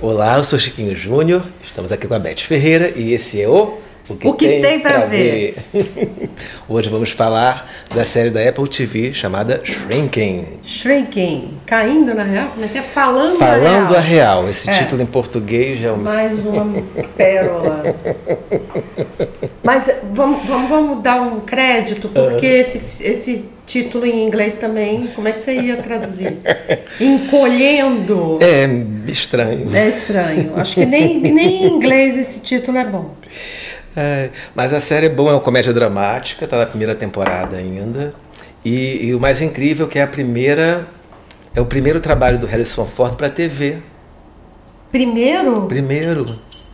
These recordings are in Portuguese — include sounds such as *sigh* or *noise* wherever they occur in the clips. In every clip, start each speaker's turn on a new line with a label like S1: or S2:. S1: Olá, eu sou Chiquinho Júnior, estamos aqui com a Beth Ferreira e esse é o O
S2: O que tem pra
S1: pra
S2: ver.
S1: *laughs* Hoje vamos falar da série da Apple TV chamada Shrinking.
S2: Shrinking, caindo na real, como é que é? Falando,
S1: Falando a
S2: a real.
S1: real, esse
S2: É.
S1: título em português é um...
S2: Mais uma pérola. Mas eh, vamos, vamos, vamos dar um crédito, porque esse, esse título em inglês também, como é que você ia traduzir? Encolhendo.
S1: É estranho.
S2: É estranho. Acho que nem, nem em inglês esse título é bom.
S1: É, mas a série é boa, é uma comédia dramática, tá na primeira temporada ainda. E, e o mais incrível que é a primeira. É o primeiro trabalho do Harrison Ford pra TV.
S2: Primeiro.
S1: Primeiro.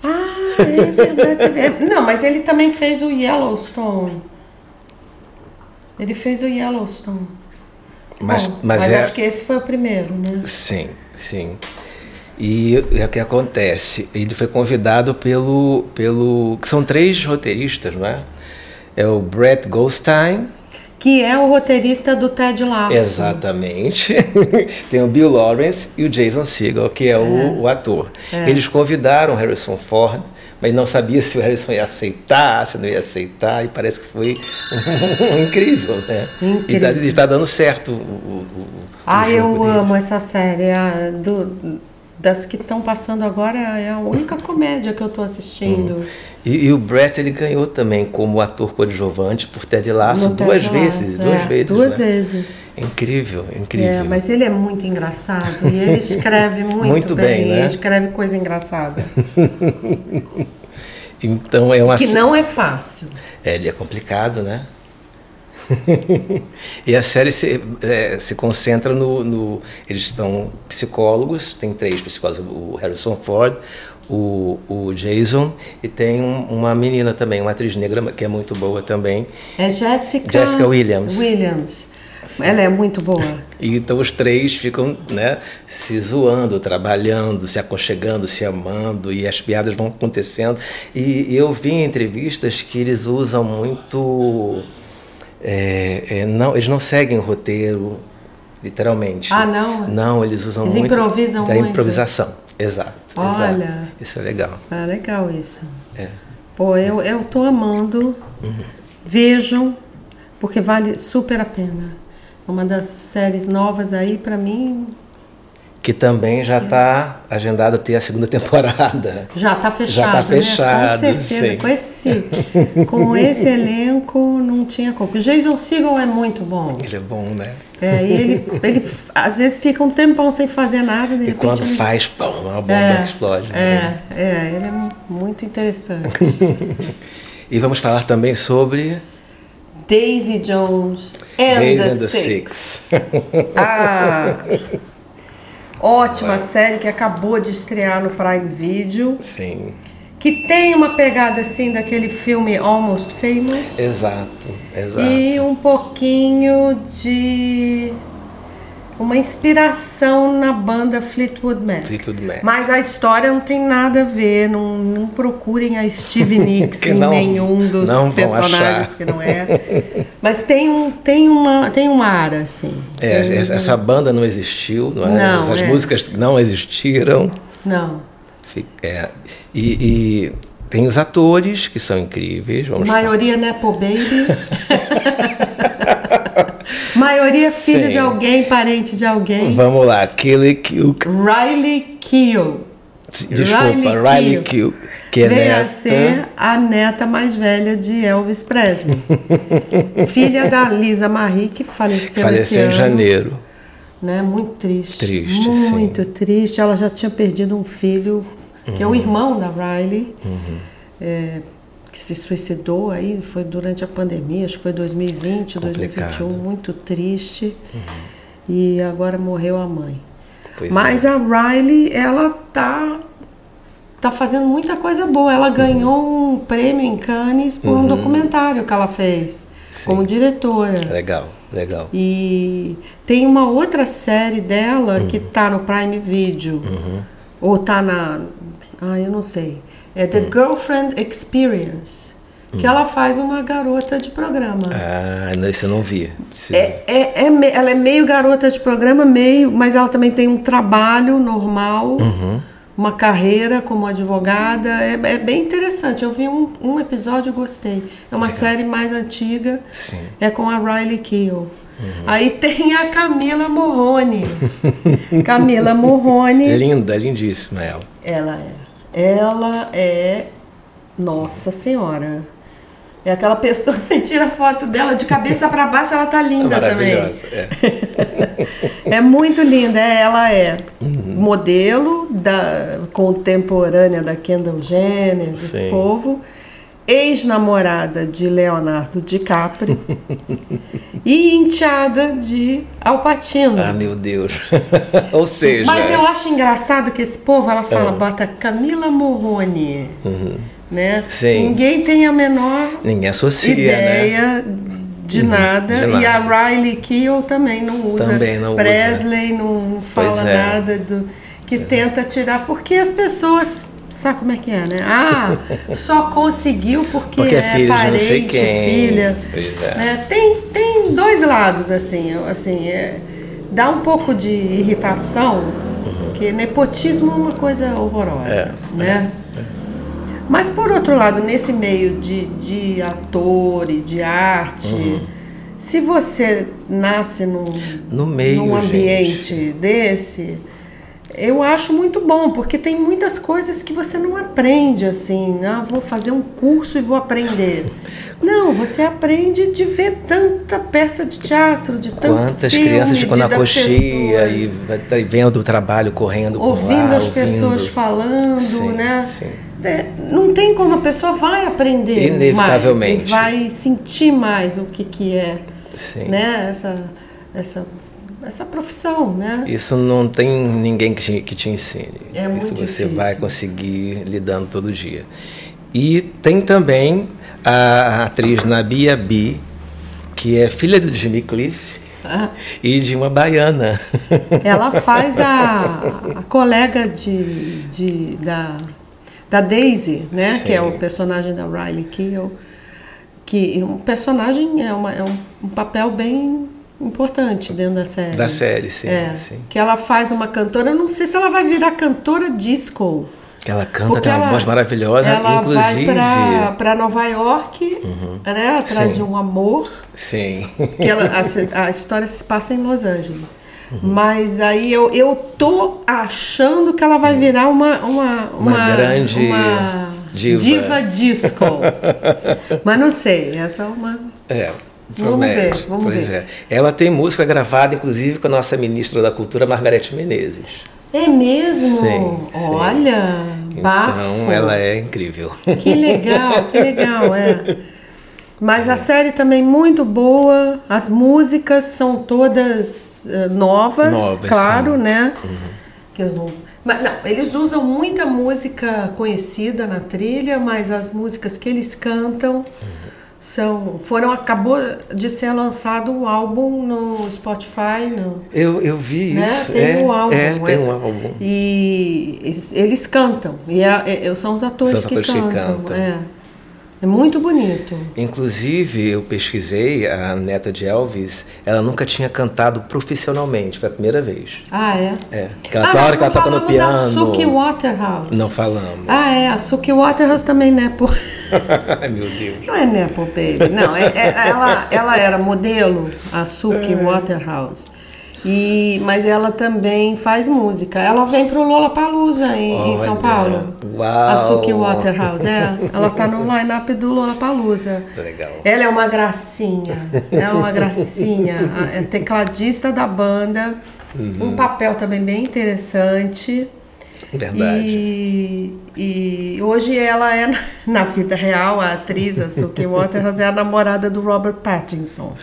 S2: Ah, é verdade. É- Não, mas ele também fez o Yellowstone. Ele fez o Yellowstone.
S1: Mas,
S2: Bom,
S1: mas, é.
S2: acho que esse foi o primeiro, né?
S1: Sim, sim. E é o que acontece? Ele foi convidado pelo. pelo que são três roteiristas, não é? É o Brett Goldstein,
S2: Que é o roteirista do Ted Lasso.
S1: Exatamente. *laughs* Tem o Bill Lawrence e o Jason Segel, que é, O, o ator.
S2: É.
S1: Eles convidaram o Harrison Ford, mas não sabia se o Harrison ia aceitar, se não ia aceitar, e parece que foi *laughs* incrível, né? E tá-
S2: Incrível.
S1: está dando certo o, o, o- o
S2: Ah, eu
S1: jogo dele.
S2: amo essa série. A do- das que estão passando agora, é a única comédia que eu tô
S1: Hum.
S2: assistindo.
S1: E, e o Brett ele ganhou também como ator coadjuvante por Ted Lasso
S2: No Ted
S1: duas
S2: Lasso,
S1: vezes,
S2: é,
S1: duas vezes.
S2: Duas
S1: né?
S2: vezes.
S1: Incrível, incrível.
S2: É, mas ele é muito engraçado
S1: *laughs*
S2: e ele escreve muito,
S1: Muito
S2: bem,
S1: bem, né?
S2: ele escreve
S1: *laughs*
S2: coisa engraçada.
S1: Então é uma
S2: Que
S1: sé-
S2: não é fácil.
S1: É, ele é complicado, né? *laughs* e a série se, é, se concentra no, no- Eles são psicólogos, tem três psicólogos: o Harrison Ford, o, o Jason, e tem um- uma menina também, uma atriz negra que é muito boa também.
S2: É Jessica,
S1: Jessica Williams.
S2: Williams. Ela é muito boa.
S1: E então os três ficam né, se zoando, trabalhando, se aconchegando, se amando, e as piadas vão acontecendo. E, e eu vi em entrevistas que eles usam muito. é, é, não, eles não seguem o roteiro, literalmente.
S2: Ah, não?
S1: Não, eles usam
S2: Eles
S1: muito.
S2: improvisam
S1: da
S2: muito.
S1: improvisação. Exato.
S2: Olha.
S1: exato. Isso é legal.
S2: Ah, legal isso.
S1: É.
S2: Pô, eu, eu tô amando. Vejam, porque vale super a pena. É Uma das séries novas aí, pra mim,
S1: Que também já está agendada ter a segunda *laughs* temporada.
S2: já tá fechada.
S1: tá
S2: né?
S1: fechado,
S2: Com certeza.
S1: sim.
S2: Com esse, com esse elenco, não tinha como. O Jason Segel é muito bom.
S1: Ele é bom, né?
S2: É, e ele, ele f- às vezes fica um tempão sem fazer nada e de
S1: E
S2: repente.
S1: quando
S2: ele-
S1: faz, pum, uma bomba
S2: é,
S1: explode. né?
S2: É, é, ele é muito interessante.
S1: E vamos falar também sobre
S2: Daisy Jones and
S1: Days
S2: the,
S1: and the
S2: Six.
S1: Six.
S2: *laughs* Ah, ótima série que acabou de estrear no Prime Video,
S1: Sim,
S2: que tem uma pegada assim daquele filme Almost Famous
S1: exato, exato.
S2: e um pouquinho de uma inspiração na banda Fleetwood Mac.
S1: Fleetwood Mac.
S2: Mas a história não tem nada a ver, não, não procurem
S1: *laughs*
S2: a Steve Nicks
S1: Que
S2: em
S1: não-
S2: nenhum dos
S1: não vão
S2: personagens
S1: achar.
S2: que não é. Mas tem um tem uma tem um ar assim.
S1: É, essa, essa banda não existiu, não é?
S2: Não,
S1: Essas
S2: é.
S1: músicas não existiram.
S2: Não.
S1: Fi- é, E, e tem os atores que são incríveis. Vamos
S2: Maioria Nepo
S1: *laughs*
S2: Baby. Maioria filho
S1: Sim.
S2: de alguém, parente de alguém.
S1: Vamos lá, Kelly Kilk.
S2: Riley Keough.
S1: Desculpa, Riley Kilk, que é
S2: Veio a
S1: neta.
S2: ser a neta mais velha de
S1: *laughs*
S2: Elvis Presley. filha da Lisa Marie, que faleceu, esse
S1: Faleceu em
S2: ano,
S1: janeiro.
S2: Né? Muito triste.
S1: Triste, sim.
S2: Muito triste. Ela já tinha perdido um filho, que
S1: Uhum.
S2: é o irmão da Riley. é, que se suicidou aí, foi durante a pandemia, acho que foi 2020,
S1: Complicado. Uhum.
S2: 2021, muito triste. E agora morreu a mãe.
S1: Pois é.
S2: Mas a Riley, ela tá tá fazendo muita coisa boa. Ela ganhou um prêmio em Cannes por um documentário que ela fez
S1: Sim. É.
S2: como diretora.
S1: Legal, legal.
S2: é- E tem uma outra série dela que tá no Prime Video. Ou tá na Ah, eu não sei. É The Girlfriend Experience, que ela faz uma garota de programa.
S1: Ah, não, isso eu não vi. Isso-
S2: É, é, é me-
S1: Uhum.
S2: ela é meio garota de programa, meio, mas ela também tem um trabalho normal uma carreira como advogada. É, é bem interessante. Eu vi um, um episódio e gostei. É uma
S1: Legal.
S2: série mais antiga.
S1: Sim. Uhum.
S2: É com a Riley Keough. Aí tem a
S1: *laughs*
S2: Camila Morrone. Camila Morrone.
S1: É Linda, lindíssima ela.
S2: Ela é. Ela é. Nossa Senhora. É aquela pessoa que você tira foto dela de cabeça para baixo, ela tá linda também.
S1: Maravilhosa. é.
S2: É muito linda. é, Ela é modelo da contemporânea da Kendall Jenner, desse
S1: Sim.
S2: povo. Ex-namorada de Leonardo
S1: *laughs*
S2: DiCaprio e enteada de Al Pacino.
S1: Ah, é. meu Deus. *laughs* Ou seja,
S2: Hum. Mas eu acho engraçado que esse povo, ela
S1: Ah.
S2: fala, bota Camila Morrone, né?
S1: Uhum. Sim.
S2: Ninguém tem a menor
S1: ninguém associa, né? Uhum.
S2: ideia de, nada.
S1: de
S2: E
S1: nada.
S2: a Riley Keough também não usa.
S1: Também não usa.
S2: Presley não fala
S1: é.
S2: nada do que tenta tirar, porque as pessoas... Sabe como é que é,
S1: *laughs*
S2: né? Ah, só conseguiu porque,
S1: Porque é
S2: é
S1: filho de não
S2: parente,
S1: sei quem.
S2: filha.
S1: Pois é.
S2: né? Tem, tem dois lados, assim, eu- assim é, dá um pouco de irritação, porque nepotismo é uma coisa horrorosa,
S1: Uhum. É,
S2: né? Mas por outro lado, nesse meio de, de ator e de arte,
S1: Uhum.
S2: se você nasce num,
S1: No meio,
S2: num
S1: gente.
S2: ambiente desse, eu acho muito bom, porque tem muitas coisas que você não aprende assim, ah, vou fazer um curso e vou
S1: *laughs*
S2: aprender. Não, você aprende de ver tanta peça de teatro, de tanto
S1: Quantas
S2: filme,
S1: crianças ficam na
S2: de- das
S1: coxia
S2: pessoas
S1: e vai- tá vendo o trabalho correndo por lá,
S2: ouvindo as pessoas
S1: ouvindo.
S2: falando,
S1: Sim,
S2: né?
S1: sim.
S2: É, Não tem como a pessoa vai aprender
S1: Inevitavelmente.
S2: mais, e vai sentir mais o que que é,
S1: Sim.
S2: né? Essa essa essa profissão, né?
S1: Isso não tem ninguém que te, que te ensine.
S2: É
S1: Isso
S2: muito
S1: você
S2: difícil.
S1: vai conseguir lidando todo dia. E tem também a atriz Nabia Bi, que é filha do Jimmy Cliff
S2: Ah.
S1: e de uma baiana. *laughs*
S2: Ela faz a, a colega de, de- da, da Daisy, né?
S1: Sim.
S2: Que é o personagem da Riley Keough. Que um personagem é, uma, é um, um papel bem importante dentro da série.
S1: *laughs* Da série, sim,
S2: É,
S1: sim.
S2: Que ela faz uma cantora, eu não sei se ela vai virar cantora disco.
S1: Ela canta, tem uma voz maravilhosa,
S2: ela
S1: inclusive. Uhum.
S2: vai para Nova York, né? Atrás
S1: Sim.
S2: de um amor.
S1: Sim. *laughs*
S2: Que ela- a, se- a história se passa em Los Angeles.
S1: Uhum.
S2: Mas aí eu, eu tô achando que ela vai virar uma uma,
S1: Uhum. Uma grande
S2: uma
S1: diva. *laughs*
S2: diva disco. Mas não sei, essa é uma.
S1: É.
S2: Vamos ver,
S1: promete.
S2: vamos
S1: pois
S2: ver.
S1: É. Ela tem música gravada, inclusive, com a nossa ministra da Cultura, Margarete Menezes.
S2: É mesmo?
S1: Sim, sim.
S2: Olha, bafo.
S1: Então, ela é incrível. *laughs*
S2: Que legal, que legal, é. Mas a série também muito boa, as músicas são todas eh, novas,
S1: Novas,
S2: claro,
S1: sim. Uhum.
S2: né? Que eles não... Mas não, eles usam muita música conhecida na trilha, mas as músicas que eles cantam
S1: Uhum.
S2: são foram acabou de ser lançado um álbum no Spotify, no,
S1: Eu, eu vi
S2: né?
S1: isso.
S2: Tem
S1: é,
S2: um álbum.
S1: É,
S2: né?
S1: tem um álbum.
S2: E eles, eles cantam. E é- é- são os atores,
S1: São os atores que
S2: que cantam.
S1: cantam.
S2: É. é muito bonito.
S1: Inclusive, eu pesquisei, a neta de Elvis, ela nunca tinha cantado profissionalmente, foi a primeira vez.
S2: Ah, é?
S1: É. Aquela
S2: ah,
S1: hora
S2: nós
S1: que ela
S2: não
S1: toca no
S2: falamos Da
S1: piano.
S2: Suki Waterhouse.
S1: Não falamos.
S2: Ah, é. A Suki Waterhouse também, né? Pô.
S1: *laughs* Ai, meu Deus.
S2: Não é Nepo Baby, não. É, é- ela, ela era modelo, a Suki
S1: É.
S2: Waterhouse. E, mas ela também faz música. Ela vem pro Lollapalooza em, em São
S1: Olha,
S2: Paulo.
S1: uau.
S2: A Suki Waterhouse, é. Ela tá no line-up do Lollapalooza.
S1: Legal.
S2: Ela é uma gracinha. É uma gracinha. A- É tecladista da banda.
S1: Uhum.
S2: Um papel também bem interessante.
S1: Verdade.
S2: E, e hoje ela é, *laughs* na- na vida real, a atriz, a Suki Waterhouse, é a namorada do Robert
S1: *laughs*
S2: Pattinson.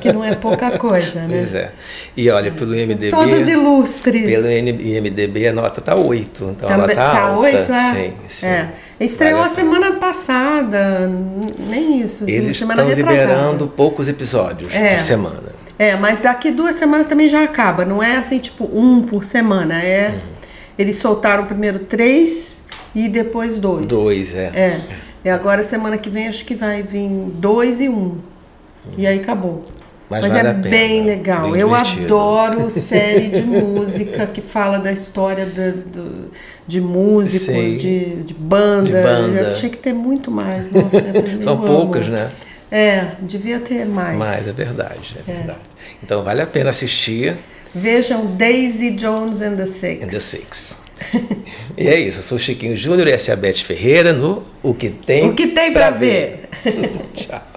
S2: que não é pouca coisa, né?
S1: Pois é. E olha, pelo IMDB.
S2: Todos ilustres.
S1: Pelo IMDB a nota tá 8, então ela
S2: Também-
S1: tá, alta.
S2: oito, é?
S1: Sim, sim.
S2: É. Estreou
S1: Vale
S2: a
S1: a
S2: semana passada, n- nem isso, assim,
S1: Eles
S2: semana
S1: estão
S2: retrasada.
S1: liberando poucos episódios
S2: É.
S1: por semana.
S2: É, mas daqui duas semanas também já acaba. Não é assim, tipo, um por semana. É.
S1: Uhum.
S2: Eles soltaram primeiro três e depois dois.
S1: Dois, é.
S2: É. E agora semana que vem acho que vai vir dois e um. E aí acabou.
S1: Uhum. Mas,
S2: Mas
S1: vale
S2: é
S1: a pena.
S2: bem legal.
S1: Bem
S2: eu
S1: divertido. *laughs*
S2: adoro série de música que fala da história da- do- de músicos,
S1: Sei.
S2: de, de bandas.
S1: De banda.
S2: Eu tinha que ter muito mais. Nossa, é
S1: *laughs*
S2: eu
S1: São
S2: amo.
S1: poucas, né?
S2: É, devia ter mais.
S1: Mas é verdade, é, verdade. Então vale a pena assistir
S2: Vejam Daisy Jones and the Six.
S1: In The
S2: *laughs*
S1: Six. e é isso, eu sou o Chiquinho Júnior e essa é a Beth Ferreira no O Que Tem
S2: O que tem pra ver?
S1: *laughs* Tchau.